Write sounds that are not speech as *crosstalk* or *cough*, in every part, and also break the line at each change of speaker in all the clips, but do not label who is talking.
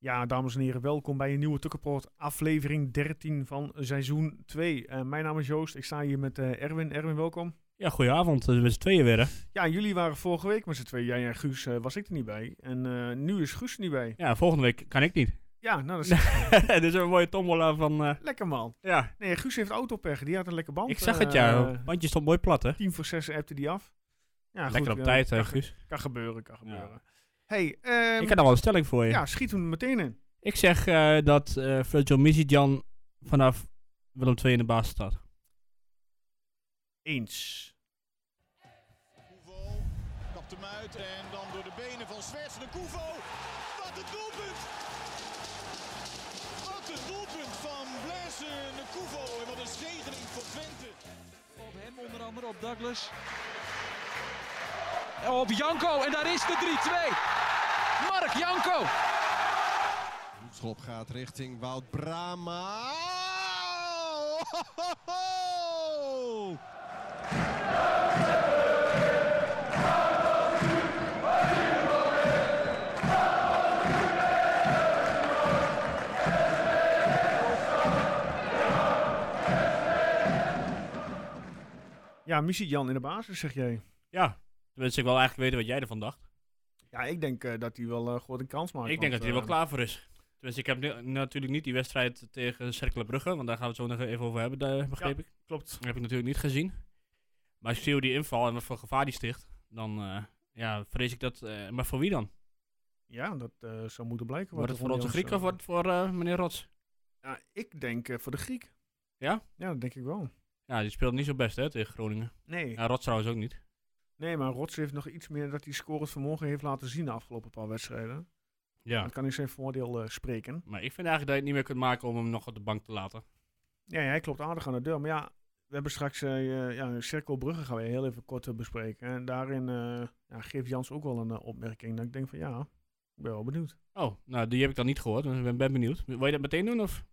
Ja, dames en heren, welkom bij een nieuwe Tukkenport, aflevering 13 van seizoen 2. Eh, mijn naam is Joost, ik sta hier met eh, Erwin. Erwin, welkom.
Ja, goedenavond. We zijn met z'n tweeën weer, hè?
Ja, jullie waren vorige week met z'n tweeën, jij en Guus, eh, was ik er niet bij. En eh, nu is Guus er niet bij.
Ja, volgende week kan ik niet. *laughs*
Ja, nou dat is
Dit is een mooie tombola van... eh,
lekker man.
ja,
Nee, Guus heeft autopech, die had een lekker band.
ik zag het,
eh,
ja. Het bandje stond mooi plat, hè?
10 voor 6 appte die af. Ja,
Lekker op
eh,
tijd, hè,
kan,
Guus.
Kan gebeuren, kan
Ja.
gebeuren. hey, ehm,
ik had nog wel een stelling voor je.
ja, schiet hem er meteen in.
Ik zeg eh, dat eh Virgil Misijan vanaf Willem II in de baas staat.
Eens.
Koevo kapt hem uit en dan door de benen van Zwerts de Koevo. Wat een doelpunt! Wat een doelpunt van Blaise de Koevo en wat een zegening voor Twente.
Op hem onder andere, op Douglas. En Op Janko, en daar is de 3-2. Mark Janko.
Schop gaat richting Wout Brama. Oh,
Ja, missie Jan in de basis, zeg jij.
Ja. Tenminste, ik wil eigenlijk weten wat jij ervan
Oh,
dacht.
Ja, ik denk eh, dat hij wel eh goed een kans maakt. eh,
ik denk dat hij er wel
klaar.
klaar voor is. Tenminste, ik heb nu- natuurlijk niet die wedstrijd tegen Cercle Brugge, want daar gaan we het zo nog even over hebben, daar- begreep ik.
Klopt.
Dat heb ik natuurlijk niet gezien. Maar als ik zie hoe die inval en wat voor gevaar die sticht, dan eh, ja, vrees ik dat... eh, maar voor wie dan?
Ja, dat eh, zou moeten blijken. wat
Wordt
er
het voor
van
onze
ons,
Griek of
eh,
wordt het voor eh, meneer Rots?
Ja, ik denk eh, voor de Griek.
Ja?
Ja, dat denk ik wel.
Ja, die speelt niet zo best hè, tegen Groningen.
Nee,
Ja, Rots trouwens ook niet.
nee maar Rots heeft nog iets meer dat hij scorend vermogen heeft laten zien de afgelopen paar wedstrijden.
Ja.
Dat kan in zijn voordeel eh, spreken.
Maar ik vind eigenlijk dat je het niet meer kunt maken om hem nog op de bank te laten.
Ja, ja, hij klopt aardig aan de deur. Maar ja, we hebben straks eh ja, Cirkel Brugge gaan we heel even kort eh, bespreken. En daarin eh, ja, geeft Jans ook wel een eh, opmerking. Dat ik denk van ja, ik ben wel benieuwd.
Oh, nou die heb ik dan niet gehoord, dus ik ben, ben benieuwd. Wil je dat meteen doen of?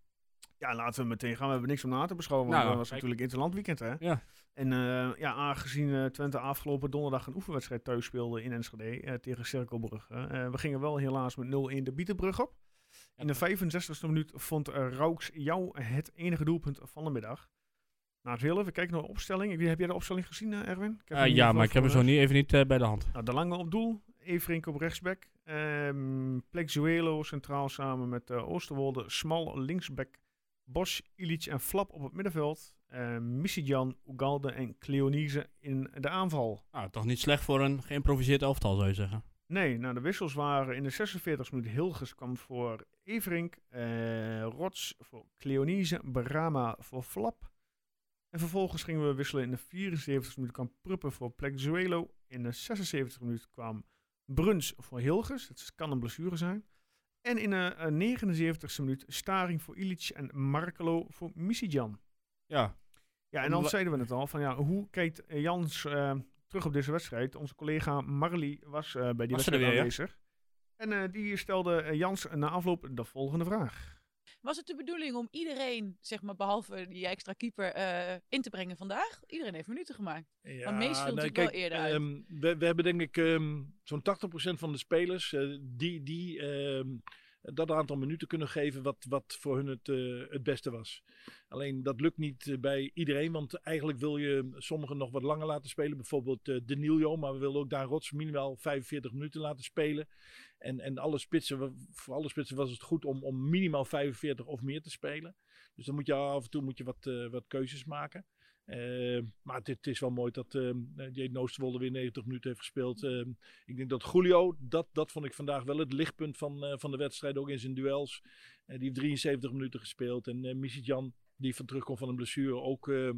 Ja, laten we meteen gaan. We hebben niks om na te beschouwen. Want
Nou,
dat was
kijk.
natuurlijk Interland weekend, hè?
Ja.
En eh, ja, aangezien eh, Twente afgelopen donderdag een oefenwedstrijd thuis speelde in Enschede eh, tegen Cirkelbrugge. eh, we gingen wel helaas met 0-1 de Bietenbrug op. In de 65e minuut vond eh, Rauks jou het enige doelpunt van de middag. Nou, heel even kijken naar de opstelling. Ik weet- Heb jij de opstelling gezien, eh, Erwin? Ik heb
Eh,
hem niet
ja,
voor-
maar ik heb hem zo
voor-
niet, even niet eh, bij de hand.
nou, de lange op doel. Everink op rechtsback. Ehm Plexuelo centraal samen met eh, Oosterwolde. Smal linksback. Bosch, Ilic en Flap op het middenveld. Uh, Missidjan, Ugalde en Cleonise in de aanval.
Nou, toch niet slecht voor een geïmproviseerd elftal zou je zeggen.
Nee, nou de wissels waren in de 46 minuut Hilgers kwam voor Everink, eh, Rots voor Cleonise, Barama voor Flap. En vervolgens gingen we wisselen in de 74 minuut kwam Pruppen voor Plexuelo. In de 76 minuut kwam Bruns voor Hilgers, het kan een blessure zijn. En in de eh, 79 minuut Staring voor Ilic en Markelo voor Misijan.
Ja.
Ja, en dan
Wa-
zeiden we het al, van ja, hoe kijkt eh, Jans eh, terug op deze wedstrijd? Onze collega Marley was eh, bij die
Was er
wedstrijd
weer, ja?
aanwezig. En eh, die stelde eh, Jans na afloop de volgende vraag.
Was het de bedoeling om iedereen, zeg maar, behalve die extra keeper, eh, in te brengen vandaag? Iedereen heeft minuten gemaakt.
Ja,
Maar meest viel natuurlijk wel eerder uit.
ehm, we, we hebben denk ik ehm, zo'n 80% van de spelers eh, die, die ehm, dat aantal minuten kunnen geven wat, wat voor hun het, eh, het beste was. Alleen dat lukt niet eh, bij iedereen, want eigenlijk wil je sommigen nog wat langer laten spelen. Bijvoorbeeld eh Denilio, maar we willen ook Daan Rots minimaal 45 minuten laten spelen. En, en alle spitsen, wa- voor alle spitsen was het goed om, om minimaal 45 of meer te spelen. Dus dan moet je af en toe moet je wat, eh, wat keuzes maken. Eh, maar het, het is wel mooi dat uh, Jade Oosterwolde weer 90 minuten heeft gespeeld. Eh, ik denk dat Julio, dat, dat vond ik vandaag wel het lichtpunt van, eh, van de wedstrijd, ook in zijn duels. Eh, die heeft 73 minuten gespeeld. En eh Jan, die van terugkomt van een blessure, ook, eh,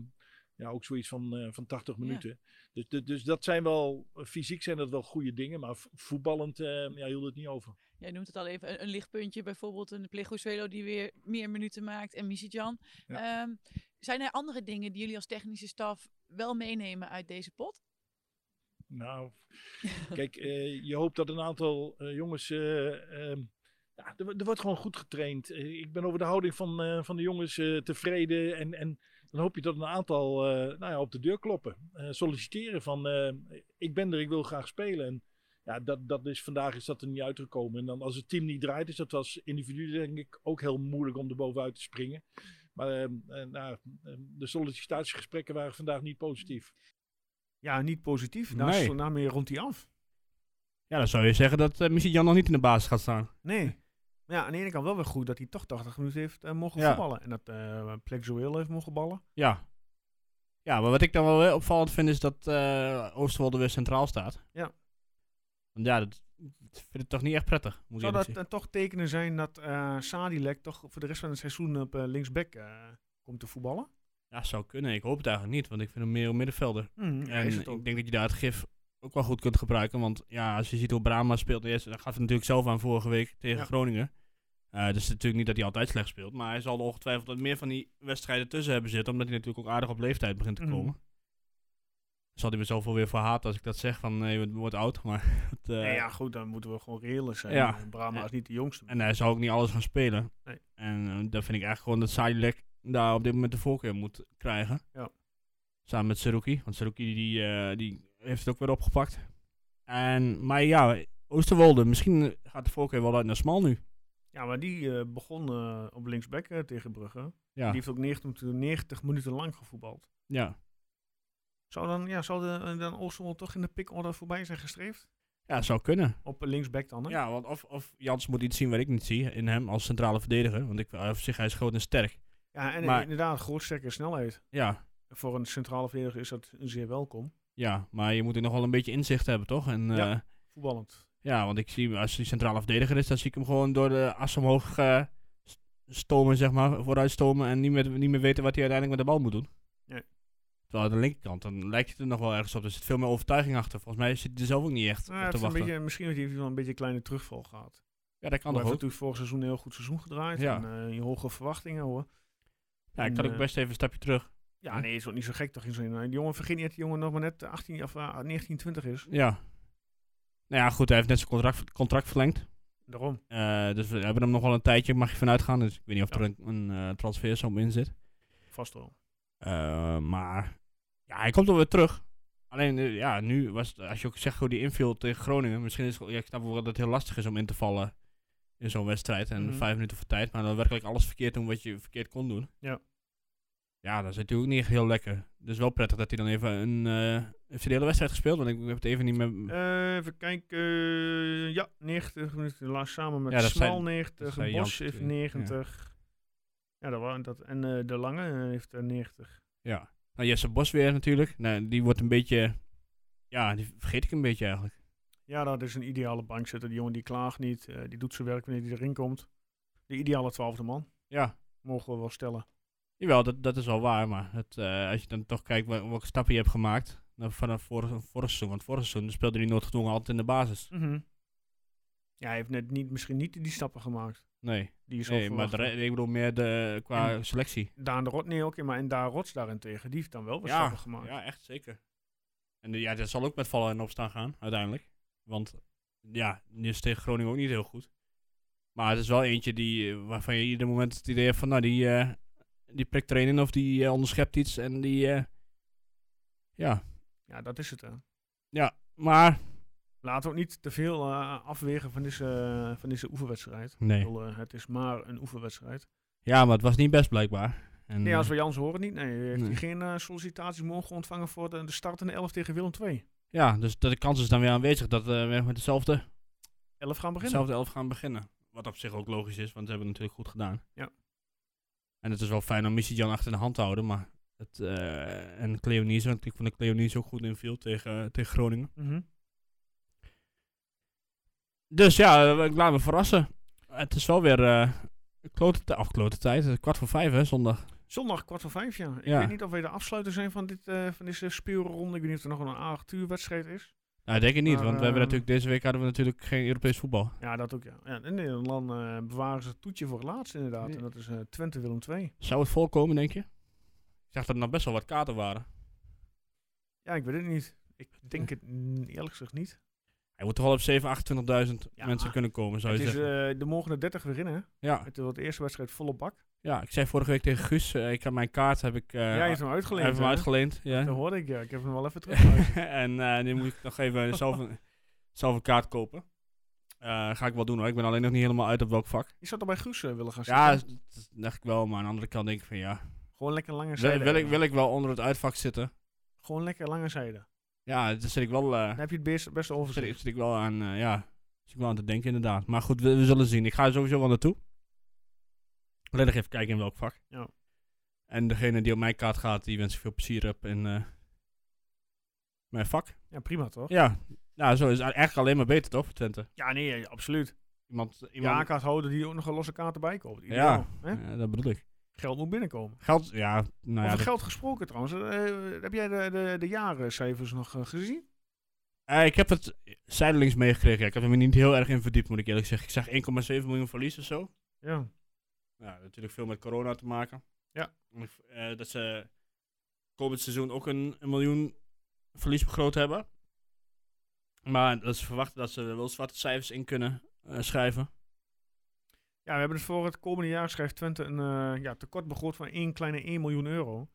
ja, ook zoiets van, eh, van 80 minuten. Dus, dus, dus dat zijn wel, fysiek zijn dat wel goede dingen, maar vo- voetballend eh, ja, hield het niet over.
Jij noemt het al even een, een lichtpuntje, bijvoorbeeld een Plegozuelo die weer meer minuten maakt en Misijan. Ehm zijn er andere dingen die jullie als technische staf wel meenemen uit deze pot?
Nou, kijk, eh, je hoopt dat een aantal eh, jongens. eh, ehm, ja, er, wo- er wordt gewoon goed getraind. Eh, ik ben over de houding van, eh, van de jongens eh, tevreden. En, en dan hoop je dat een aantal eh, nou ja, op de deur kloppen. Eh, solliciteren van: eh, ik ben er, ik wil graag spelen. En Ja, dat, dat is, vandaag is dat er niet uitgekomen. En dan als het team niet draait, is dat als individu denk ik ook heel moeilijk om er bovenuit te springen. Maar eh, eh, nou, eh, de sollicitatiegesprekken waren vandaag niet positief.
Ja, niet positief. Daar
Nee.
is daarmee rond hij af.
Ja, dan zou je zeggen dat eh Jan nog niet in de basis gaat staan.
Nee. Maar ja, aan de ene kant wel weer goed dat hij toch 80 minuten heeft eh, mogen
Ja.
voetballen. En dat eh Plexueel heeft mogen ballen.
Ja. Ja, maar wat ik dan wel weer opvallend vind is dat eh Oosterwolde weer centraal staat.
Ja.
Want ja, dat, dat vind ik toch niet echt prettig, moet
Zou
ik eerlijk
dat
zeggen.
eh, toch tekenen zijn dat eh Sadilek toch voor de rest van het seizoen op eh, linksback eh, komt te voetballen?
Ja, zou kunnen. Ik hoop het eigenlijk niet, want ik vind hem meer een middenvelder.
Hm, ja,
Hmm, En
is het
ik
ook.
denk dat je daar het gif ook wel goed kunt gebruiken. Want ja, als je ziet hoe Brahma speelt, hij is- hij gaf het natuurlijk zelf aan vorige week tegen
Ja.
Groningen. Eh dus het is natuurlijk niet dat hij altijd slecht speelt. Maar hij zal er ongetwijfeld wat meer van die wedstrijden tussen hebben zitten. Omdat hij natuurlijk ook aardig op leeftijd begint te
Mhm.
komen. Zal hij me zoveel weer voor haten als ik dat zeg. Van, nee, je wordt oud. *laughs* Maar het, eh,
Nee, ja, goed, dan moeten we gewoon reëel zijn.
Ja.
Eh, Brahma
Eh,
is niet de jongste.
En hij zal ook niet alles gaan spelen.
Nee.
En eh, dan vind ik eigenlijk gewoon dat Sadilek daar op dit moment de voorkeur moet krijgen.
Ja.
Samen met Seruki. Want Seruki die, eh, die heeft het ook weer opgepakt. En, maar ja, Oosterwolde, misschien gaat de voorkeur wel uit naar Smal nu.
ja, maar die eh, begon eh, op linksback eh, tegen Brugge.
Ja,
Die heeft ook 90, minuten- 90 minuten lang gevoetbald.
ja.
Zou dan, ja, zou de, eh, dan Oosterwold toch in de pickorder voorbij zijn gestreefd?
ja zou kunnen.
Op eh, linksback dan, hè?
Ja, want of, of Jans moet iets zien wat ik niet zie in hem als centrale verdediger. Want ik, eh, op zich, hij is groot en sterk.
Ja, en eh,
Maar-
inderdaad, groot sterke snelheid.
Ja,
Voor een centrale verdediger is dat zeer welkom.
ja, maar je moet er nog wel een beetje inzicht hebben, toch? En,
Ja.
eh,
Voetballend.
Ja, want ik zie hem als hij centrale verdediger is, dan zie ik hem gewoon door de as omhoog eh, s- stomen, zeg maar, vooruit stomen en niet meer, niet meer weten wat hij uiteindelijk met de bal moet doen.
Nee.
Terwijl aan de linkerkant, dan lijkt het er nog wel ergens op. Er zit veel meer overtuiging achter. Volgens mij zit hij er zelf ook niet echt
Nou,
op
het
te
is een
wachten.
beetje, misschien heeft hij wel een beetje een kleine terugval gehad.
Ja, dat kan
hij
toch
heeft
ook.
natuurlijk vorig seizoen een heel goed seizoen gedraaid.
Ja.
En eh, je hoge verwachtingen hoor.
Ja, ik
en,
kan ook
eh,
best even een stapje terug.
Ja, nee, is ook niet zo gek toch? in zo'n- Die jongen, vergeet niet dat die jongen nog maar net 18 of eh, 19, 20 is.
Ja. Nou ja, goed, hij heeft net zijn contract, contract verlengd.
Daarom.
Eh, dus we hebben hem nog wel een tijdje, mag je vanuit gaan. Dus ik weet niet of er
Ja.
een, een eh, transfersom in zit.
Vast wel.
Eh, maar ja, hij komt wel weer terug. Alleen, eh, ja, nu was het, als je ook zegt hoe die inviel tegen Groningen, misschien is het, ja, ik snap wel dat het heel lastig is om in te vallen in zo'n wedstrijd en
Mhm.
vijf minuten voor tijd, maar dan werkelijk alles verkeerd doen wat je verkeerd kon doen.
Ja.
Ja, dat is natuurlijk niet echt heel lekker. Dus wel prettig dat hij dan even een, eh, heeft hij de hele wedstrijd gespeeld, want ik heb het even niet meer,
Eh, even kijken. eh, ja, 90 minuten. La, samen met
Ja, dat
Smal
zijn-
90.
zei Jan
Bos heeft
natuurlijk, ja.
90. Ja, dat waren dat. En eh, De Lange eh, heeft eh, 90.
ja. Nou, Jesse Bos weer natuurlijk. Nou, die wordt een beetje, ja, die vergeet ik een beetje eigenlijk.
Ja, dat is een ideale bankzitter. Die jongen die klaagt niet. eh, die doet zijn werk wanneer hij erin komt. De ideale twaalfde man.
Ja.
Mogen we wel stellen.
Jawel, dat, dat is wel waar, maar het, eh, als je dan toch kijkt wel- welke stappen je hebt gemaakt nou, vanaf vorig, vorig seizoen. Want vorig seizoen speelde hij nooit gedwongen altijd in de basis.
Ja, hij heeft net niet, misschien niet die stappen gemaakt.
Nee,
Die is
nee maar de re- ik bedoel meer de, qua
En-
selectie.
Daan de Rot, nee, oké, maar en Daan Rots daarentegen, die heeft dan wel wat
Ja,
stappen gemaakt.
ja, echt zeker. En eh, ja, dat zal ook met vallen en opstaan gaan, uiteindelijk. Want ja, die is tegen Groningen ook niet heel goed. Maar het is wel eentje die, eh, waarvan je ieder moment het idee hebt van, nou, die, eh die prikt erin in of die eh, onderschept iets en die, eh, ja.
Ja, dat is het. Hè.
Maar,
Laten we ook niet te veel eh, afwegen van deze, van deze oefenwedstrijd. Ik
nee.
bedoel, eh, het is maar een oefenwedstrijd.
Ja, maar het was niet best blijkbaar. En,
Nee, als
eh,
we Jans horen niet. Nee, heeft hij
Nee.
geen eh, sollicitaties mogen ontvangen voor de, de start in de 11 tegen Willem 2.
Ja, dus de, de kans is dan weer aanwezig dat eh, we met dezelfde,
11 gaan beginnen.
dezelfde elf gaan beginnen. Wat op zich ook logisch is, want ze hebben het natuurlijk goed gedaan.
Ja.
En het is wel fijn om Missy Jan achter de hand te houden, maar... Het, eh, en Cleonise, want ik vond dat Cleonise ook goed inviel tegen, eh, tegen Groningen.
Mhm.
Dus ja, eh, ik laat me verrassen. Het is wel weer eh klote, ti- of klote tijd, eh, kwart voor vijf hè, zondag.
Zondag kwart voor vijf, ja. Ik
Ja.
weet niet of we de afsluiter zijn van, dit, eh, van deze speelronde. Ik weet niet of er nog een acht uur wedstrijd is.
Nou, ik denk ik niet,
Maar,
want we hebben
ehm,
natuurlijk, deze week hadden we natuurlijk geen Europees voetbal.
Ja, dat ook, ja. ja en eh, dan eh, bewaren ze het toetje voor het laatst, inderdaad.
Nee.
En dat is eh, Twente Willem 2.
Zou het volkomen, denk je? Ik zag dat er nog best wel wat kaarten waren.
Ja, ik weet het niet. Ik denk het mm, eerlijk gezegd niet.
Hij moet toch wel op 7, 28.000
Ja.
mensen kunnen komen, zou
Het
je
is,
zeggen.
eh, er mogen er 30 weer in, hè?
ja.
Het wordt de eerste wedstrijd volle bak.
ja, ik zei vorige week tegen Guus, eh, ik heb mijn kaart heb ik, eh,
ja, je hebt hem
hij
uitgeleend.
heeft hem
hè?
*laughs* uitgeleend. Ja. *laughs*
Dat hoorde ik, ja. Ik heb hem wel even terug. *laughs*
en eh nu moet ik nog even zelf een, zelf een kaart kopen. Eh, ga ik wel doen hoor. Ik ben alleen nog niet helemaal uit op welk vak.
Je zou toch bij Guus eh, willen gaan
Ja,
zitten?
dat dat dacht ik wel. Maar aan de andere kant denk ik van ja.
Gewoon lekker lange
Wil,
zijde.
wil ik, wil ik wel onder het uitvak zitten?
Gewoon lekker lange zijde.
Ja, daar zit ik wel, eh,
Dan heb je het best, beste
zit, ik-
overzicht.
zit ik wel aan, eh, ja, zit ik wel aan te denken inderdaad. Maar goed, we, we zullen zien. Ik ga er sowieso wel naartoe. Alleen nog even kijken in welk vak.
Ja.
En degene die op mijn kaart gaat, die wens ik veel plezier heb in eh, mijn vak.
Ja, prima toch?
Ja, nou zo is het eigenlijk alleen maar beter toch voor Twente.
Ja, nee, ja, absoluut.
Iemand,
Je
iemand
aankaart houden die ook nog een losse kaart erbij koopt.
Ja.
Ideaal, hè?
Ja, dat bedoel ik.
Geld moet binnenkomen.
Geld, ja, nou ja.
Over
dat-
geld gesproken trouwens. eh, heb jij de, de, de jarencijfers nog eh, gezien?
Eh, ik heb het zijdelings meegekregen. Ik heb er me niet heel erg in verdiept, moet ik eerlijk zeggen. Ik zag 1,7 miljoen verlies of zo.
Ja.
Ja, natuurlijk veel met corona te maken.
Ja.
En ik v- eh, dat ze komend seizoen ook een, een miljoen verlies begroot hebben. Maar dat ze verwachten dat ze er wel zwarte cijfers in kunnen eh, schrijven.
Ja, we hebben dus voor het komende jaar schrijft Twente een eh, ja, tekort begroot van 1 kleine 1 miljoen euro.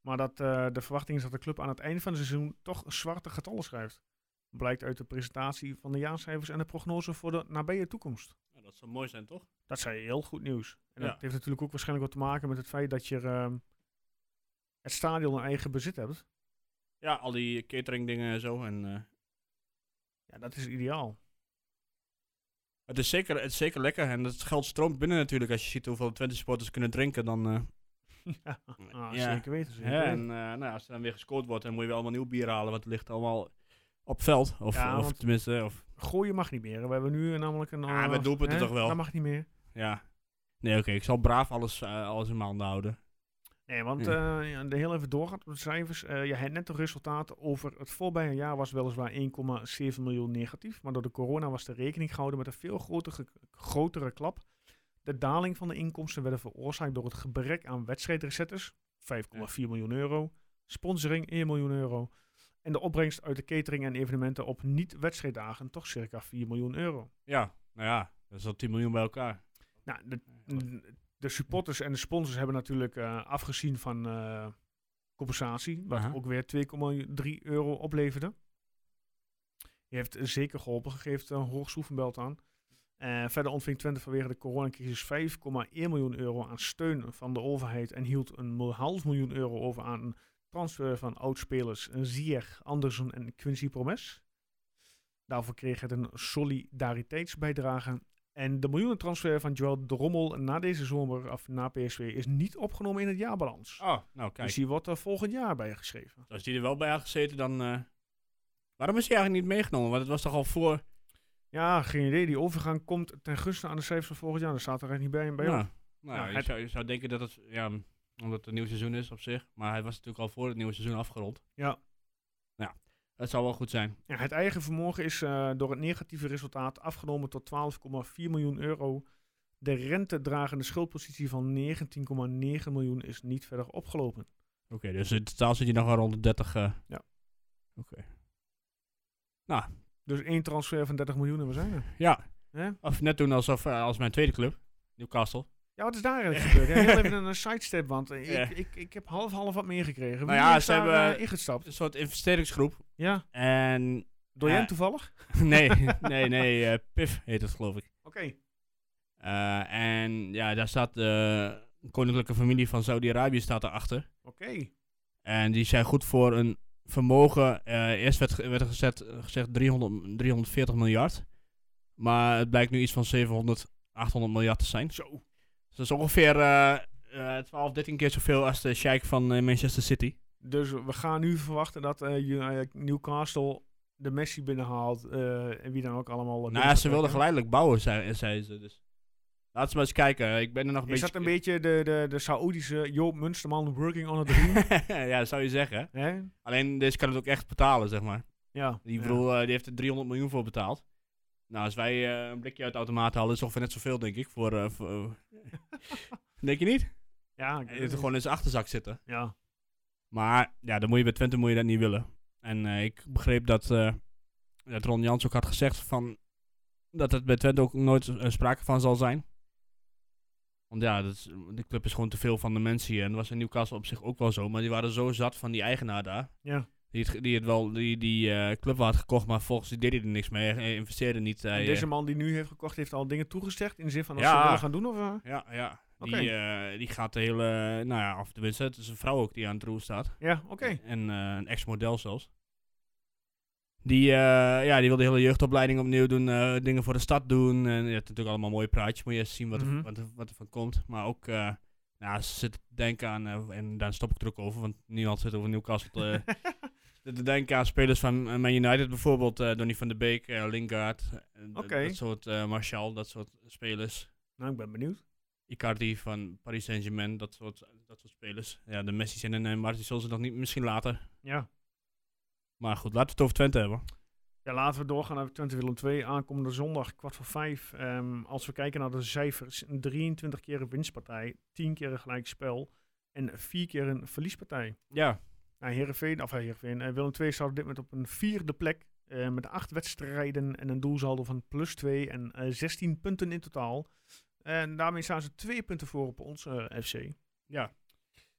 Maar dat, eh, de verwachting is dat de club aan het einde van het seizoen toch zwarte getallen schrijft. Blijkt uit de presentatie van de jaarcijfers en de prognose voor de nabije toekomst.
Nou, dat zou mooi zijn, toch?
Dat is heel goed nieuws. En
Ja.
dat heeft natuurlijk ook waarschijnlijk wat te maken met het feit dat je ehm, het stadion in eigen bezit hebt.
Ja, al die cateringdingen en zo. En, eh,
Ja, dat is ideaal. *laughs*
het, is zeker, het is zeker lekker. En het geld stroomt binnen natuurlijk. Als je ziet hoeveel Twente supporters kunnen drinken, dan... eh,
ja, ah,
ja.
zeker weten. Zeker
Hè,
weten.
en eh, nou, ja, als er dan weer gescoord wordt, dan moet je weer allemaal nieuw bier halen. Want het ligt allemaal op veld. Of,
Ja,
of
want-
tenminste, of,
Gooien mag niet meer. We hebben nu eh, namelijk een...
Ah,
eh,
met doelpunten
hè,
toch wel.
Dat mag niet meer.
ja. Nee, oké. ik zal braaf alles, eh, alles in mijn handen houden.
Nee, want eh, ja, de heel even doorgaat op de cijfers. Eh je had net een resultaat over het voorbije jaar was weliswaar 1,7 miljoen negatief. Maar door de corona was de rekening gehouden met een veel grotere, grotere klap. De daling van de inkomsten werden veroorzaakt door het gebrek aan wedstrijdrecetters, 5,4 miljoen euro. Sponsoring, 1 miljoen euro. En de opbrengst uit de catering en evenementen op niet-wedstrijddagen, toch circa 4 miljoen euro.
Ja, nou ja, dat is al 10 miljoen bij elkaar.
Nou, de, de supporters en de sponsors hebben natuurlijk eh, afgezien van eh, compensatie, wat
Aha.
ook weer 2,3 euro opleverde. Die heeft zeker geholpen, geeft een hoog soevenbelt aan. Eh, verder ontving Twente vanwege de coronacrisis 5,1 miljoen euro aan steun van de overheid en hield een mil- half miljoen euro over aan transfer van oudspelers Zier, Andersen en Quincy Promes. Daarvoor kreeg het een solidariteitsbijdrage en de miljoenentransfer van Joel Drommel na deze zomer, of na PSV, is niet opgenomen in het jaarbalans.
Oh, nou kijk.
dus die wordt er volgend jaar bij geschreven.
Als die er wel bij had gezeten, dan... eh, Waarom is hij eigenlijk niet meegenomen? Want het was toch al voor...
Ja, geen idee. Die overgang komt ten gunste aan de cijfers van volgend jaar. Dat staat er echt niet bij. bij
nou,
ons.
nou,
Ja,
je,
het-
zou, je zou denken dat het... Ja, omdat het een nieuw seizoen is op zich. Maar hij was natuurlijk al voor het nieuwe seizoen afgerond.
Ja.
Nou ja, dat zou wel goed zijn.
Ja, het eigen vermogen is eh, door het negatieve resultaat afgenomen tot 12,4 miljoen euro. De rentedragende schuldpositie van 19,9 miljoen is niet verder opgelopen.
Oké, dus in totaal zit je nog wel rond de 30... eh,
Ja.
Oké.
Dus één transfer van 30 miljoen en we zijn er.
Ja.
Hè?
Of net doen alsof eh, als mijn tweede club, Newcastle.
Ja, wat is daar
*laughs*
eigenlijk gebeurd? Ja, heel even een eh, sidestep, want eh,
Ja.
ik, ik, ik heb half-half wat meegekregen. Wie
Nou ja,
is
ze
daar,
hebben-
eh, ingestapt?
Een soort investeringsgroep.
Ja,
En
door jij
Ja.
toevallig?
*laughs* nee, nee, nee, eh, PIF heet het geloof ik.
Oké.
Eh, en ja, daar staat de koninklijke familie van Saudi-Arabië staat erachter.
Oké.
En die zijn goed voor een vermogen. eh, eerst werd, ge- werd er gezet, gezegd 300, 340 miljard. Maar het blijkt nu iets van 700, 800 miljard te zijn. Zo. Dus dat is ongeveer eh, eh, 12, 13 keer zoveel als de sheik van eh, Manchester City.
Dus we gaan nu verwachten dat eh, Ju- eh, Newcastle de Messi binnenhaalt. eh, en wie dan ook allemaal. eh,
nou
binnen
ja,
gaat
ze
trekken.
wilden geleidelijk bouwen, zei, zei ze. Dus. Laten we maar eens kijken. Ik ben er nog een
Is
beetje... eh,
dat
*laughs*
een beetje de, de, de Saoedische Joop Munsterman working on a
*laughs*
dream?
ja, zou je zeggen.
Hè?
Alleen deze kan het ook echt betalen, zeg maar.
Ja.
Die,
ja.
bedoel, eh, die heeft er 300 miljoen voor betaald. Nou, als wij eh, een blikje uit de automaat halen, is het ongeveer net zoveel, denk ik. Voor, eh,
*laughs*
voor- denk je niet?
Ja, ik
Hij
weet
heeft
het
er gewoon in zijn achterzak zitten.
niet. ja.
Maar ja, dan moet je bij Twente moet je dat niet willen. En eh, ik begreep dat, eh, dat Ron Jans ook had gezegd van, dat het bij Twente ook nooit eh, sprake van zal zijn. Want ja, dat is, de club is gewoon te veel van de mensen hier. En dat was in Newcastle op zich ook wel zo. Maar die waren zo zat van die eigenaar daar.
Ja.
Die het, die het wel, die, die eh, club wel had gekocht, maar volgens die deed hij er niks mee. Hij investeerde niet. Hij,
En
eh,
deze man die nu heeft gekocht, heeft al dingen toegezegd. In de zin van, als
Ja.
ze willen gaan doen of... eh?
ja, ja.
Oké.
Die, eh, die gaat de hele, nou ja, of tenminste, het is een vrouw ook die aan het roer staat.
ja, oké.
En eh, een ex-model zelfs. Die, eh, ja, die wil de hele jeugdopleiding opnieuw doen, eh, dingen voor de stad doen. En je hebt natuurlijk allemaal mooie praatjes, moet je eens zien wat,
Mhm.
er, wat, er, wat er van komt. Maar ook, eh, nou, ze zit te denken aan, eh, en daar stop ik er ook over, want niemand zit over Newcastle te,
*laughs*
te- te denken aan spelers van eh, Man United bijvoorbeeld. eh Donny van de Beek, eh, Lingard, eh, d-
Oké.
dat soort, eh, Martial, dat soort spelers.
Nou, ik ben benieuwd.
Icardi van Paris Saint-Germain, dat soort, dat soort spelers. Ja, de Messi's en de Neymar's, die zullen ze nog niet, misschien later.
Ja.
Maar goed, laten we het over Twente hebben.
Ja, laten we doorgaan naar Twente Willem 2. Aankomende zondag, kwart voor vijf. Ehm, als we kijken naar de cijfers, een 23 keer een winstpartij, 10 keer een gelijk spel en 4 keer een verliespartij.
Ja.
Nou, Heerenveen, of eh, Heerenveen, eh, Willem 2 staat op dit moment op een vierde plek. eh, met acht wedstrijden en een doelsaldo van plus 2 en eh, 16 punten in totaal. En daarmee staan ze twee punten voor op ons eh, FC.
Ja.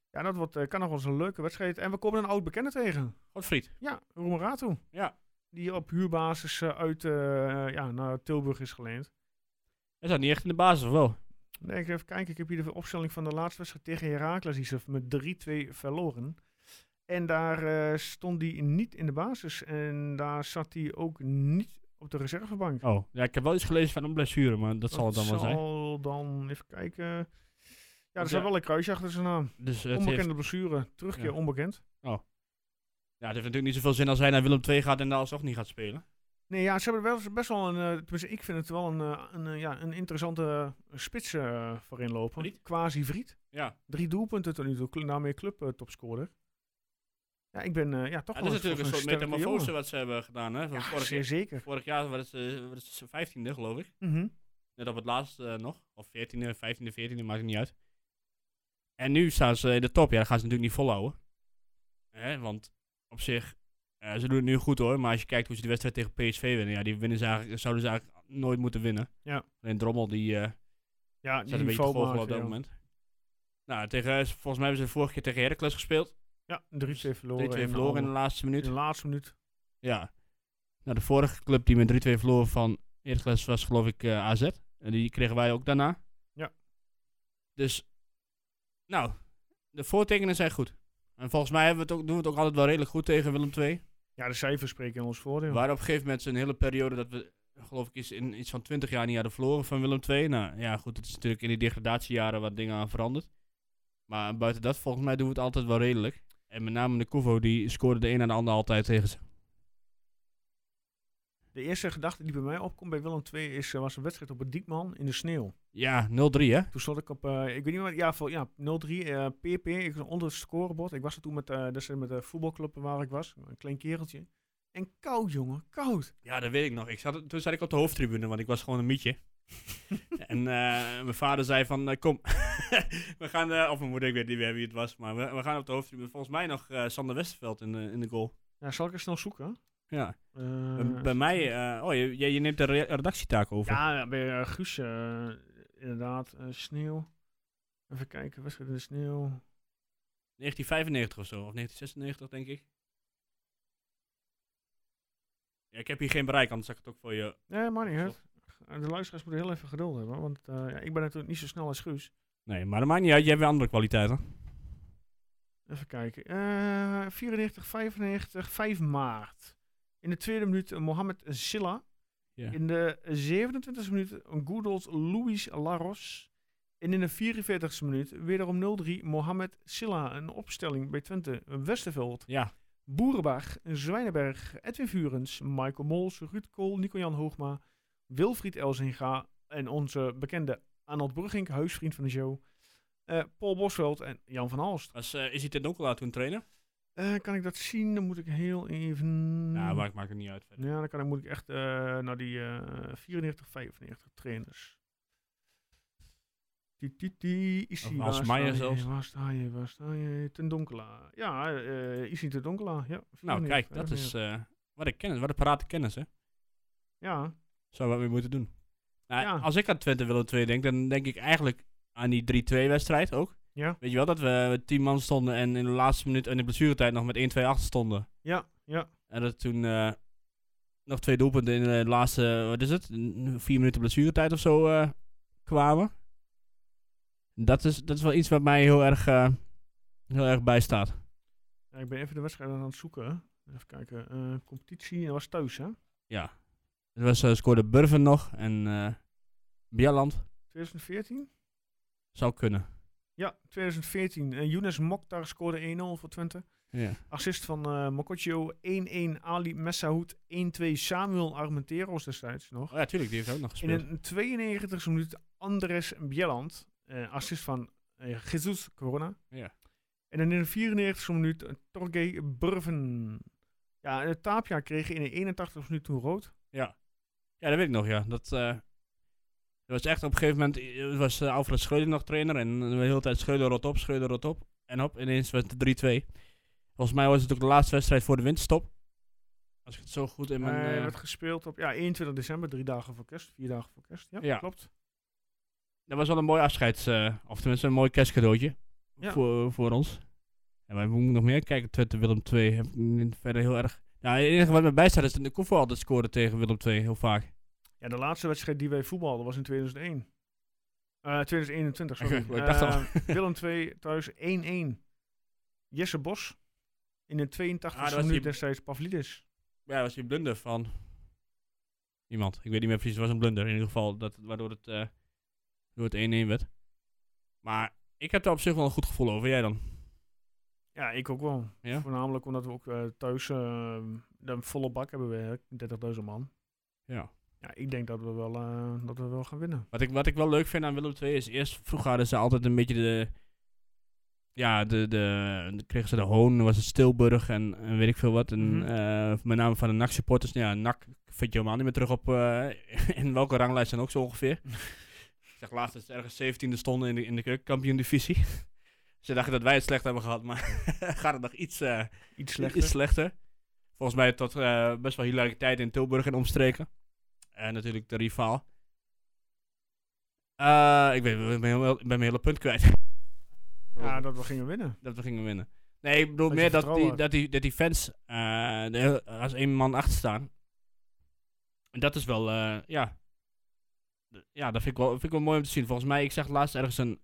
Ja, dat wordt, eh, kan nog wel eens een leuke wedstrijd. En we komen een oud bekende tegen.
Godfried.
Ja, Roemerato.
Ja.
Die op huurbasis eh, uit eh, ja, naar Tilburg is geleend.
Is dat niet echt in de basis of wel?
Nee, ik even kijken. Ik heb hier de opstelling van de laatste wedstrijd tegen Heracles. Die ze met 3-2 verloren. En daar eh, stond hij niet in de basis. En daar zat hij ook niet op de reservebank.
Oh, ja, ik heb wel iets gelezen van een blessure, maar dat zal het dan wel zijn.
zal dan even kijken. Ja, er
Ja.
zat wel een kruisje achter zijn naam.
Dus eh, het, heeft,
Onbekende blessure. Terugkeer
Ja.
onbekend.
ja, het heeft natuurlijk niet zoveel zin als hij naar Willem II gaat en daar alsnog niet gaat spelen.
Nee, ja, ze hebben wel best wel een. eh, tenminste, ik vind het wel een, eh, een, eh, ja, een interessante eh, spits eh voorin lopen.
Vriet?
Quasi Vriet.
Ja.
Drie doelpunten tot nu toe. Kl- Daarmee club eh, topscorer. Ja, ik ben eh, ja, toch
dat
wel eens
is natuurlijk een
voor
soort
sterke
metamorfose
jongen.
wat ze hebben gedaan, hè? Van
Ja,
vorig,
zeer
jaar-
zeker.
vorig jaar eh, waren ze, waren ze 15e, geloof ik.
Mhm.
Net op het laatst eh, nog. Of 14e, 15e, 14e, maakt het niet uit. En nu staan ze in de top. Ja, dat gaan ze natuurlijk niet volhouden. Hè, want op zich, eh, ze doen het nu goed hoor. Maar als je kijkt hoe ze de wedstrijd tegen PSV winnen, ja, die winnen ze eigenlijk, zouden ze eigenlijk nooit moeten winnen.
Ja.
Alleen Drommel, die eh
Ja,
zat een
die
beetje te
niveau
goochelen op dat moment. Nou, tegen, eh, volgens mij hebben ze vorige keer tegen Heracles gespeeld.
Ja, 3-2 verloren.
3-2 Dus verloren in de laatste
in
minuut.
de laatste minuut.
Ja. Nou, de vorige club die met 3-2 verloor van Heracles was geloof ik eh, AZ. En die kregen wij ook daarna.
Ja.
Dus, nou, de voortekenen zijn goed. En volgens mij hebben we het ook, doen we het ook altijd wel redelijk goed tegen Willem II.
Ja, de cijfers spreken in ons voordeel.
We hadden op een gegeven moment een hele periode dat we, geloof ik, iets, in iets van 20 jaar niet hadden verloren van Willem II. Nou ja, goed, het is natuurlijk in die degradatiejaren wat dingen aan veranderd. Maar buiten dat, volgens mij doen we het altijd wel redelijk. En met name de Kuvo, die scoorde de een en de ander altijd tegen ze.
De eerste gedachte die bij mij opkomt bij Willem 2 is, eh, was een wedstrijd op het Diekman in de sneeuw.
Ja, 0-3 hè?
Toen stond ik op, eh, ik weet niet meer, ja, voor, ja 03 eh, PP, ik was onder het scorebord. Ik was er toen met, eh, dus met de voetbalclub waar ik was, een klein kereltje. En koud, jongen, koud.
Ja, dat weet ik nog. Ik zat, toen zat ik op de hoofdtribune, want ik was gewoon een mietje. en eh, mijn vader zei van, eh, kom, *laughs* we gaan, eh, of mijn moeder, ik weet niet meer wie het was, maar we, we gaan op de hoofdtribune. Volgens mij nog eh, Sander Westerveld in de, in de goal.
Ja, zal ik eens snel zoeken?
Ja,
Eh,
bij, bij mij, eh, oh, je, je je neemt de re- redactietaak over.
ja, ja, bij eh, Guus, eh, inderdaad, eh, sneeuw. Even kijken, wedstrijd in de sneeuw.
1995 of zo, of 1996 denk ik. Ja, ik heb hier geen bereik, anders zou ik het ook voor je...
Nee, maar niet uit. De luisteraars moeten heel even geduld hebben, want eh, ja, ik ben natuurlijk niet zo snel als Guus.
Nee, maar dat maakt niet uit, jij hebt weer andere kwaliteiten.
Even kijken. Eh 94, 95, 5 maart. In de tweede minuut eh, Mohamed Silla.
Ja.
In de 27e minuut een good old Luis Laros. En in de 44e minuut wederom 0-3 Mohamed Silla. Een opstelling bij Twente. Westerveld,
Ja,
Boerenbach, Zwijnenberg, Edwin Vurens, Michael Mols, Ruud Kool, Nico-Jan Hoogma, Wilfried Elzinga en onze bekende Arnold Brugink, huisvriend van de show. eh, Paul Bosveld en Jan van Alst.
was, eh, is hij ten Donkelaar toen trainer?
Eh, kan ik dat zien? Dan moet ik heel even.
Ja, maar ik maak Nou, het niet uit verder.
Ja, dan kan ik, moet ik echt eh, naar die eh 94, 95 trainers. Die, die, die, Issy, eh,
Of Hans
waar
Meijer
sta je,
zelfs.
Waar sta je, waar sta je? eh, Ten Donkela. Ja, eh Issy Ten Donkela. Ja,
Nou,
94,
kijk, dat is
95.
eh, wat ik kennis, wat een parate kennis, hè.
Ja,
Zou wat we moeten doen. Nou,
Ja.
Als ik aan Twente Willem 2 denk, dan denk ik eigenlijk aan die 3-2 wedstrijd ook.
Ja.
Weet je wel, dat we 10 man stonden en in de laatste minuut en in de blessuretijd nog met 1-2 achter stonden.
ja, Ja.
En dat toen eh, nog twee doelpunten in de laatste, wat is het? N- Vier minuten blessuretijd of zo eh, kwamen. Dat is, dat is wel iets wat mij heel erg, eh, heel erg bijstaat.
Ja, ik ben even de wedstrijd aan het zoeken. Even kijken. Eh, competitie, dat was thuis, hè?
Ja. Er was, eh, scoorde Burven nog en eh Bjelland
2014?
zou kunnen.
Ja, 2014. Eh Younes Mokhtar scoorde 1-0 voor Twente.
Ja.
Assist van eh Mokotjo, 1-1 Ali Messahoud, 1-2 Samuel Armenteros destijds nog.
Oh ja, tuurlijk, die heeft ook nog
In
gespeeld.
een 92e minuut Andres Bjelland, eh, assist van eh Jesus Corona.
Ja.
En dan in de 94e minuut eh, Torgay Burven. Ja, en het Tapia kreeg in de 81e minuut toen rood.
Ja, dat weet ik nog, ja. Dat, eh, dat was echt op een gegeven moment, eh, was eh, Alfred Schreuder nog trainer en eh, de hele tijd Schreuder rot op, Schreuder rot op. En hop, ineens werd het 3-2. Volgens mij was het ook de laatste wedstrijd voor de winterstop. Als ik het zo goed in
Hij
mijn... eh,
werd gespeeld op ja, 21 december, drie dagen voor kerst, vier dagen voor kerst. Ja,
Ja.
klopt.
dat was wel een mooi afscheids, eh, of tenminste een mooi kerstcadeautje
Ja.
voor, voor ons. En wij moeten nog meer kijken, Twente Willem 2 heb ik niet verder heel erg... Nou, het enige wat mij bijstaat is dat de Koevo altijd scoorde tegen Willem 2, heel vaak.
Ja, de laatste wedstrijd die wij voetbalden was in 2001. Eh, 2021, sorry.
Ik dacht al.
Eh, Willem 2 thuis 1-1. Jesse Bos in de 82e
Ah, dat was
minuut
die-
destijds Pavlidis.
Ja, was die blunder van iemand. Ik weet niet meer precies, het was een blunder in ieder geval, dat, waardoor het, eh, door het 1-1 werd. Maar ik heb daar op zich wel een goed gevoel over, jij dan?
Ja, ik ook wel.
Ja?
Voornamelijk omdat we ook eh, thuis eh, een volle bak hebben we, hè, 30.000 man.
Ja.
Ja, ik denk dat we wel, eh, dat we wel gaan winnen.
Wat ik, wat ik wel leuk vind aan Willem II is, eerst vroeger hadden ze altijd een beetje de... Ja, de, de, dan kregen ze de hoon, dan was het Stilburg en, en weet ik veel wat. En
Mhm.
eh, met name van de NAC-supporters. nou Ja, NAC vind je helemaal niet meer terug op... eh, *laughs* in welke ranglijst zijn ook zo ongeveer. ik zag laatst dat ze ergens 17e stonden in de, in de kampioen-divisie. *laughs* ze dachten dat wij het slecht hebben gehad, maar *laughs* gaat het nog iets, eh,
Iets
slechter.
slechter.
iets slechter. Volgens mij tot eh, best wel hilariteit in Tilburg en omstreken. En natuurlijk de rivaal. Eh, ik ben, ik ben, heel- ik ben mijn hele punt kwijt.
ja, dat we gingen winnen.
Dat we gingen winnen. Nee, ik bedoel
Dat je
meer dat
vertrouwen
die,
had.
dat, die, dat die fans eh, de heel- als één man achter staan. En dat is wel, eh, ja. D- Ja, dat vind ik, wel, vind ik wel mooi om te zien. Volgens mij, ik zag laatst ergens een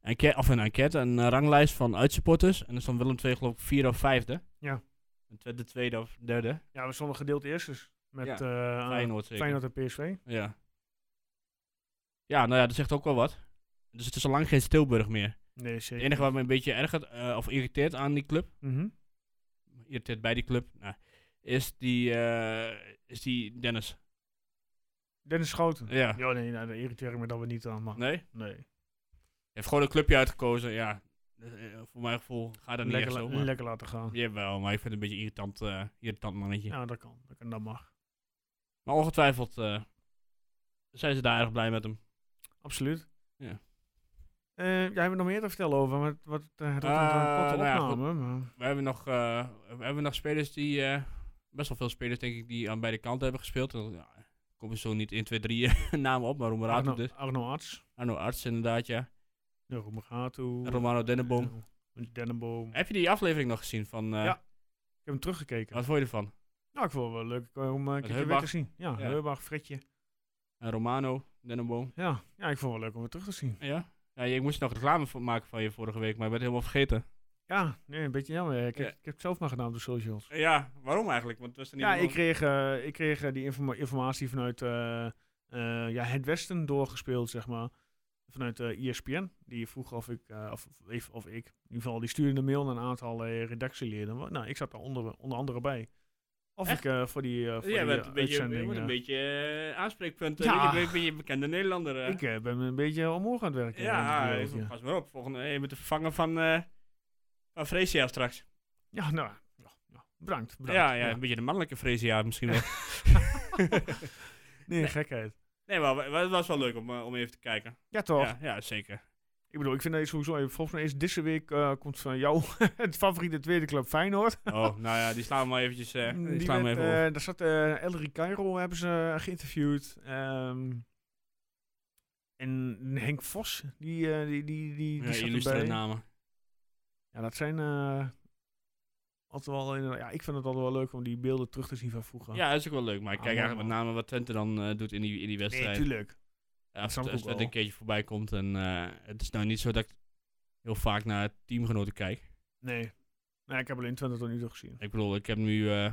enquête, of een enquête, een eh, ranglijst van uitsupporters. En dan stond Willem II geloof ik vierde of vijfde.
Ja.
En Twente tweede of derde.
Ja, we stonden gedeeld eerstes met
Ja,
eh
Feyenoord zeker.
Feyenoord en PSV.
Ja. Ja, nou ja, dat zegt ook wel wat. Dus het is al lang geen Stilburg meer.
Nee,
Het
zeker.
enige wat me een beetje ergert, eh, of irriteert aan die club,
Mhm.
irriteert bij die club, nou, is, die, eh, is die Dennis.
Dennis Schouten.
Ja.
*laughs* Ja, nee, nou, daar irriteer ik me dat we niet aan, maar
Nee?
nee.
Hij heeft gewoon een clubje uitgekozen, ja. Eh, eh, voor mijn gevoel gaat dat niet
Lekker,
echt zo,
la-
maar...
lekker laten gaan. Ja,
Jawel, maar ik vind het een beetje een irritant, eh, irritant mannetje.
dat kan. Dat, kan, dat mag.
Maar ongetwijfeld eh, zijn ze daar erg blij met hem.
Absoluut.
Ja.
Eh, jij hebt nog meer te vertellen over, wat, wat eh, dat
Eh,
was een korte
nou ja,
opname. maar-
We hebben nog, eh, we hebben nog spelers die. eh, best wel veel spelers, denk ik, die aan beide kanten hebben gespeeld. En, ja, ik kom er zo niet 1, 2, 3 *laughs* namen op, maar Roemerato
Arno,
dus.
Arno Arts.
Arno Arts, inderdaad, ja.
Ja, Romagato.
En Romano Denneboom.
Eh, Dennenboom. Ik
Heb je die aflevering nog gezien van. eh,
Ja. heb hem teruggekeken.
Wat vond je ervan?
Nou, ik vond het wel leuk om eh, een keertje weer
Heubach.
te zien. Ja,
Ja.
Heubach, Fritje.
En Romano Dennenboom.
Ja. ja, ik vond het wel leuk om het terug te zien.
Ja. ja. Ik moest nog reclame voor maken van je vorige week, maar ik ben het helemaal vergeten.
Ja, nee, een beetje jammer. Ik, heb-
Ja.
ik heb het zelf maar gedaan op de socials.
Ja, waarom eigenlijk? Want het was er niet
Ja, ik
iemand-
kreeg, eh, ik kreeg eh, die informa- informatie vanuit eh, eh, ja, het Westen doorgespeeld, zeg maar. Vanuit eh ESPN. Die vroeg of ik, eh, of, of, ik- of ik, in ieder geval, die stuurde een mail naar een aantal eh, redactieleden. Wa- Nou, ik zat daar onder, onder andere bij. Of
Echt?
ik eh, voor die, eh, voor
Jij
die
bent
eh,
een beetje, je
uitzending,
wordt een
eh,
beetje eh, aanspreekpunt.
Ja.
Ja. Ik ben een beetje een bekende Nederlander. eh.
Ik eh, ben een beetje omhoog aan het werken. eh,
Ja,
in dit
even-
wereldje.
pas maar op. Volgende, eh, je bent de vervanger van, eh van Fresia straks.
Ja, nou, ja, ja. bedankt. bedankt.
ja, ja, een beetje de mannelijke Fresia misschien
*laughs*
wel.
Nee, gekheid.
nee, maar wa- wa- het was wel leuk om, eh, om even te kijken.
Ja, toch?
Ja, ja, zeker.
Ik bedoel, ik vind dat sowieso even. Volgens mij is deze week eh, komt van jou *laughs* het favoriete tweede club Feyenoord.
Oh, nou ja, die slaan we maar eventjes eh, die
Die
slaan we
werd,
even over.
eh, daar zat eh Ellery Cairo, hebben ze eh, geïnterviewd. Ehm, en Henk Vos, die, eh, die, die, die, die
Ja,
zat
illustere
erbij.
namen.
Ja, dat zijn eh, altijd wel in, ja, ik vind het altijd wel leuk om die beelden terug te zien van vroeger.
Ja, dat is ook wel leuk. Maar ik
Ah,
kijk
mooi,
eigenlijk met name wat Twente dan eh, doet in die, in die
nee,
wedstrijd.
tuurlijk.
Ja, als
snap
het,
ik
als
ook
het
wel.
een keertje voorbij komt. En eh, het is nou niet zo dat ik heel vaak naar teamgenoten kijk.
Nee. Nee, ik heb alleen Twente tot nu toe gezien.
Ik bedoel, ik heb nu. eh,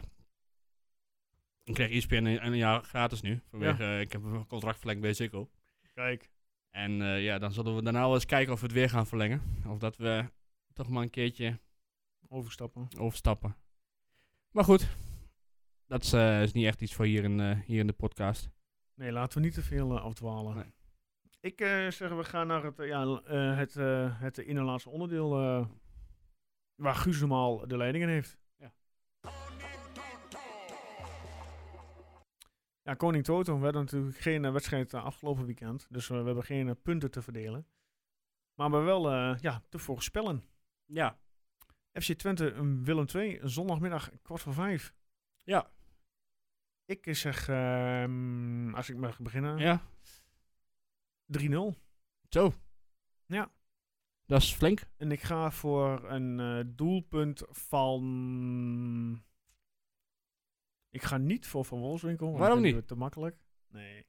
ik krijg E ESPN een, een jaar gratis nu. Vanwege, eh, ik heb een contract verlengd bij Ziggo.
Kijk.
En eh, ja, dan zullen we daarna wel eens kijken of we het weer gaan verlengen. Of dat we toch maar een keertje
Overstappen.
overstappen. Maar goed, dat is, eh, is niet echt iets voor hier in, eh, hier in de podcast.
Nee, laten we niet te veel eh, afdwalen.
Nee.
Ik eh, zeg, we gaan naar het, eh, ja, l- eh, het, eh het innerlaatste onderdeel. eh, waar Guus normaal de leidingen heeft.
Ja.
Ja, Koning Toto. We hadden natuurlijk geen eh, wedstrijd eh, afgelopen weekend. Dus eh, we hebben geen eh, punten te verdelen. Maar we hebben wel eh, ja, te voorspellen.
Ja,
FC Twente eh, Willem 2, zondagmiddag kwart voor vijf.
ja,
Ik eh, zeg, ehm, als ik mag beginnen,
ja.
3-0.
Zo.
Ja.
Dat is flink.
En ik ga voor een eh, doelpunt van. Ik ga niet voor Van Wolfswinkel. want
Waarom
dat vinden
niet?
we Te makkelijk. Nee.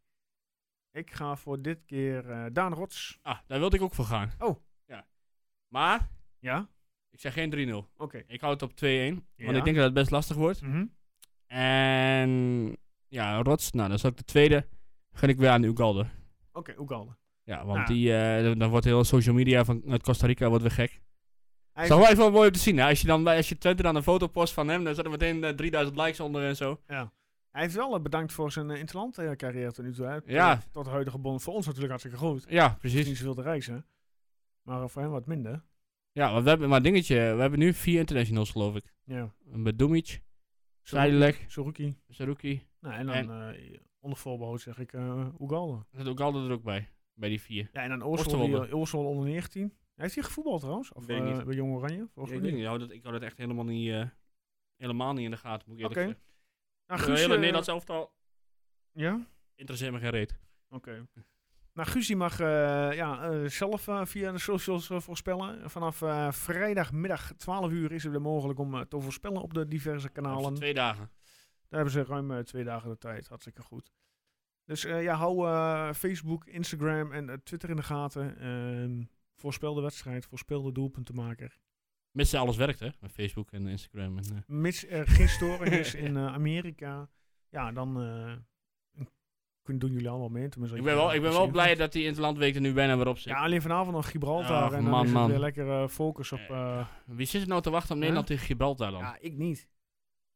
Ik ga voor dit keer eh, Daan Rots.
Ah, daar wilde ik ook voor gaan.
Oh.
Ja. Maar,
Ja?
ik zeg geen 3-0.
Oké.
Ik hou het op 2-1. Want
Ja.
ik denk dat het best lastig wordt.
Mhm.
En, ja, Rots. Nou, dan zal ik de tweede. Gun ik weer aan Ugalde.
Oké, Oegalde.
Ja, want
Ah.
die, eh, dan- dan wordt heel social media van uit Costa Rica wordt weer gek.
Hij-
Het is wel even wel mooi om te zien. Hè? Als je dan bij- als je Twente dan een foto post van hem, dan zitten meteen eh, 3000 likes onder en zo.
Hij heeft wel eh, bedankt voor zijn eh, interland eh, carrière tot nu toe. Hè.
Ja.
Tot- Tot de huidige bond. Voor ons natuurlijk hartstikke goed.
Ja,
Het is
precies.
niet zoveel te reizen. Maar eh, voor hem wat minder.
Ja, want we hebben maar een dingetje. We hebben nu vier internationals, geloof ik.
Ja.
Bedumic,
Saruki-
Zijdelijk,
Saruki.
Saruki.
Nou, en dan eh, onder voorbehoud zeg ik eh Ugalde.
Er zit ook altijd er ook bij, bij die vier.
Ja, en dan Oorsel, die,
Oosterwolde.
eh, Oorsel onder 19. Heeft hij gevoetbald trouwens? Of
Weet ik
eh,
niet.
bij Jong Oranje? Volgens
ik,
mij niet.
weet niet, ik, hou dat, ik hou dat echt helemaal niet, eh, helemaal niet in de gaten, moet ik eerlijk
Oké.
zeggen.
Nou,
de
Guus,
hele
eh,
Nederlands elftal
Ja?
interesseert me geen reet.
Oké. Nou, Guus die mag eh, ja, eh, zelf eh, via de socials eh, voorspellen. Vanaf eh, vrijdagmiddag 12 uur is het weer mogelijk om eh, te voorspellen op de diverse
Over
kanalen.
twee dagen.
Daar hebben ze ruim eh, twee dagen de tijd. Hartstikke goed. Dus eh, ja, hou eh, Facebook, Instagram en eh, Twitter in de gaten. Ehm, voorspel de wedstrijd, voorspel de doelpuntenmaker.
Mits alles werkt, hè. Met Facebook en Instagram en... eh,
mits er geen storing
*laughs*
is in eh, Amerika, ja, dan eh, kun- doen jullie allemaal mee. Tenminste,
Ik ben wel, ik ben wel blij dat die Interlandweek er nu bijna weer op zit.
Ja, alleen vanavond nog Gibraltar
Ach,
en dan
man,
is
man.
het weer lekker eh, focus op...
Eh,
eh,
Wie zit er nou te wachten op Nederland tegen Gibraltar dan?
ja, ik niet.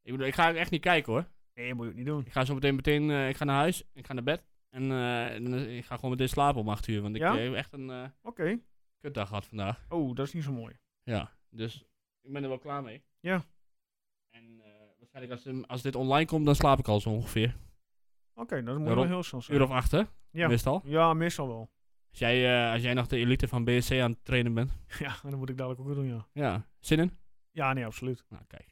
Ik bedoel, ik ga echt niet kijken hoor.
Nee, moet je ook niet doen.
Ik ga zo meteen, meteen eh, ik ga naar huis, ik ga naar bed. En eh, en, eh, ik ga gewoon meteen slapen om 8 uur, want ik
Ja?
eh, heb echt een eh
Oké.
kutdag gehad vandaag.
Oh, dat is niet zo mooi.
Ja, dus ik ben er wel klaar mee.
Ja.
En eh, waarschijnlijk als, hem- als dit online komt, dan slaap ik al zo ongeveer.
Oké, dat moet
Ja,
wel
rond-
heel snel zijn.
Uur of acht, hè?
Ja.
Meestal.
Ja, meestal wel. *laughs*
Als jij, eh, als jij nog de elite van BSC aan het trainen bent.
Ja, dan moet ik dadelijk ook weer doen, ja.
Ja. Zin in?
Ja, nee, absoluut.
Nou, kijk.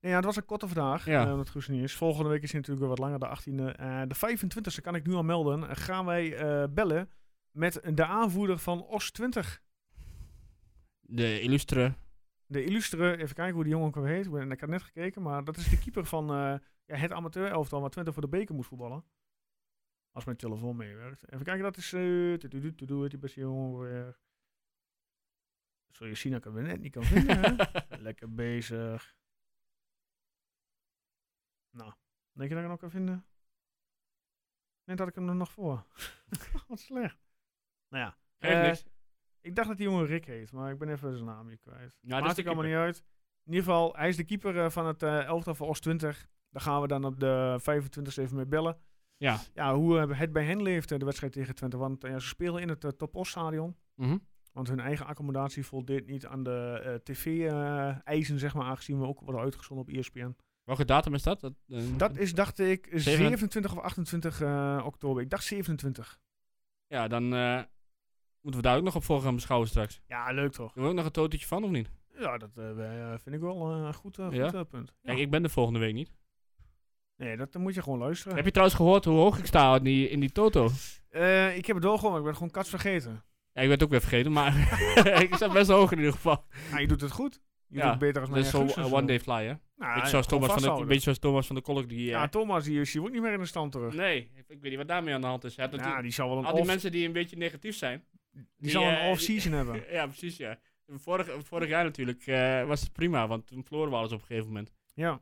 Nee, ja, het was een korte vandaag,
Ja.
eh, omdat Guus er niet is. Volgende week is hij natuurlijk weer wat langer, de 18e. Eh, de 25e kan ik nu al melden. eh, Gaan wij eh, bellen met de aanvoerder van OS 20.
De illustre.
De illustere, even kijken hoe die jongen ook alweer heet. Ik ben- Ik had net gekeken, maar dat is de keeper van eh, ja, het amateurelftal waar Twente voor de beker moest voetballen. Als mijn telefoon meewerkt. Even kijken, dat is... eh, tudu, tudu, heet die beste jongen weer. Zul je zien dat ik hem net niet kan
*laughs*
vinden. hè? Lekker bezig. Nou, denk je dat ik hem nog kan vinden? Net had ik hem er nog voor. *laughs* Wat slecht. Nou ja.
Geeft
eh,
niks.
ik dacht dat die jongen Rick heet, maar ik ben even zijn naam hier kwijt.
Nou, dat is
Maakt
de
ook allemaal niet uit. In ieder geval, hij is de keeper eh, van het eh, elftal van Oost 20. Daar gaan we dan op de 25e even mee bellen.
Ja.
Ja, hoe eh, het bij hen leeft, eh, de wedstrijd tegen Twente. Want eh, ja, ze spelen in het eh, Top Os stadion.
Mhm.
Want hun eigen accommodatie voldeed niet aan de eh, tv-eisen, zeg maar. Aangezien we ook worden uitgezonden op E ESPN.
Welke datum is dat? Dat, eh,
Dat is, dacht ik,
27
27 of 28 eh, oktober. Ik dacht 27.
Ja, dan eh, moeten we daar ook nog op voor gaan beschouwen straks.
Ja, leuk toch?
Doen we ook nog een totetje van, of niet?
Ja, dat eh, wij, eh, vind ik wel eh, een goed, eh, goed
Ja?
eh, punt. Ja.
Kijk, ik ben de volgende week niet.
Nee, dat eh, moet je gewoon luisteren.
Heb je trouwens gehoord hoe hoog ik sta in die, in die toto?
Eh, ik heb het wel gewoon, maar ik ben gewoon kats vergeten.
*laughs* Ja, ik werd ook weer vergeten, maar ik sta best hoog in ieder geval.
Maar Nou, je doet het goed. Je doet beter als
dat
mijn
is zo
Guus en
uh, One Day Fly, hè?
Nou,
beetje,
ja,
zoals
gewoon
Thomas van de,
vasthouden.
beetje zoals Thomas van de Kolk. Die, eh,
Ja, Thomas, die is hier ook niet meer in de stand terug.
nee, ik weet niet wat daarmee aan de hand is. Hij had
ja,
natuurlijk-
die zal wel een
al die
off-
mensen die een beetje negatief zijn.
die zal
eh,
een
*laughs*
off-season hebben.
Ja, precies, ja. Vorig, vorig jaar natuurlijk eh, was het prima, want toen verloren we alles op een gegeven moment.
Ja.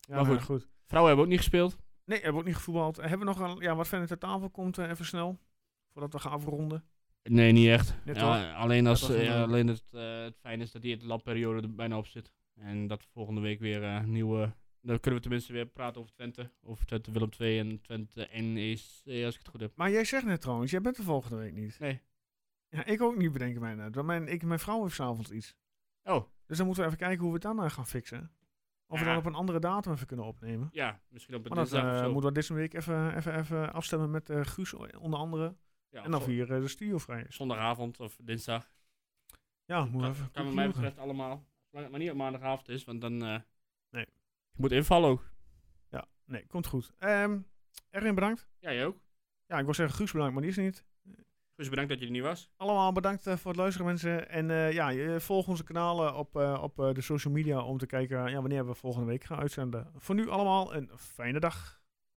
Ja,
Maar
nou,
goed. Vrouwen hebben ook niet gespeeld.
Nee, hebben we ook niet gevoetbald. Eh, Hebben we nog een, ja, wat verder ter tafel komt, eh, even snel. Voordat we gaan afronden.
Nee, niet echt.
Net
Ja, alleen als,
Net als een,
eh,
eh,
alleen het, eh, het fijn is dat die het labperiode er bijna op zit. En dat we volgende week weer eh, nieuwe... Dan kunnen we tenminste weer praten over Twente. Over Twente Willem II en Twente NEC, als ik het goed heb.
Maar jij zegt net trouwens, jij bent er volgende week niet.
Nee.
Ja, ik ook niet, bedenken mij net. Want mijn, ik, mijn vrouw heeft s'avonds iets.
Oh,
Dus dan moeten we even kijken hoe we het dan eh, gaan fixen. Of we
Ja.
dan op een andere datum even kunnen opnemen.
ja. Misschien op een
Want dat
dinsdag
eh,
of zo.
moeten we deze week even, even, even afstemmen met eh, Guus onder andere.
Ja,
en of
zo-
hier eh, de studio vrij is.
Zondagavond of dinsdag.
Ja, moeten
Kan,
we even
kan wat mij
koekje
betreft allemaal. Zolang het maar niet op maandagavond is, want dan... eh,
Nee.
Ik moet invallen ook.
doen. Nee, komt goed. Ehm Erin bedankt.
Ja, jij ook.
Ja, ik wil zeggen Guus bedankt, maar die is er niet.
Dus bedankt dat je er niet was.
Allemaal bedankt eh, voor het luisteren, mensen. En eh, ja, je- volg onze kanalen op, eh, op eh, de social media om te kijken ja, wanneer we volgende week gaan uitzenden. Voor nu allemaal een fijne dag.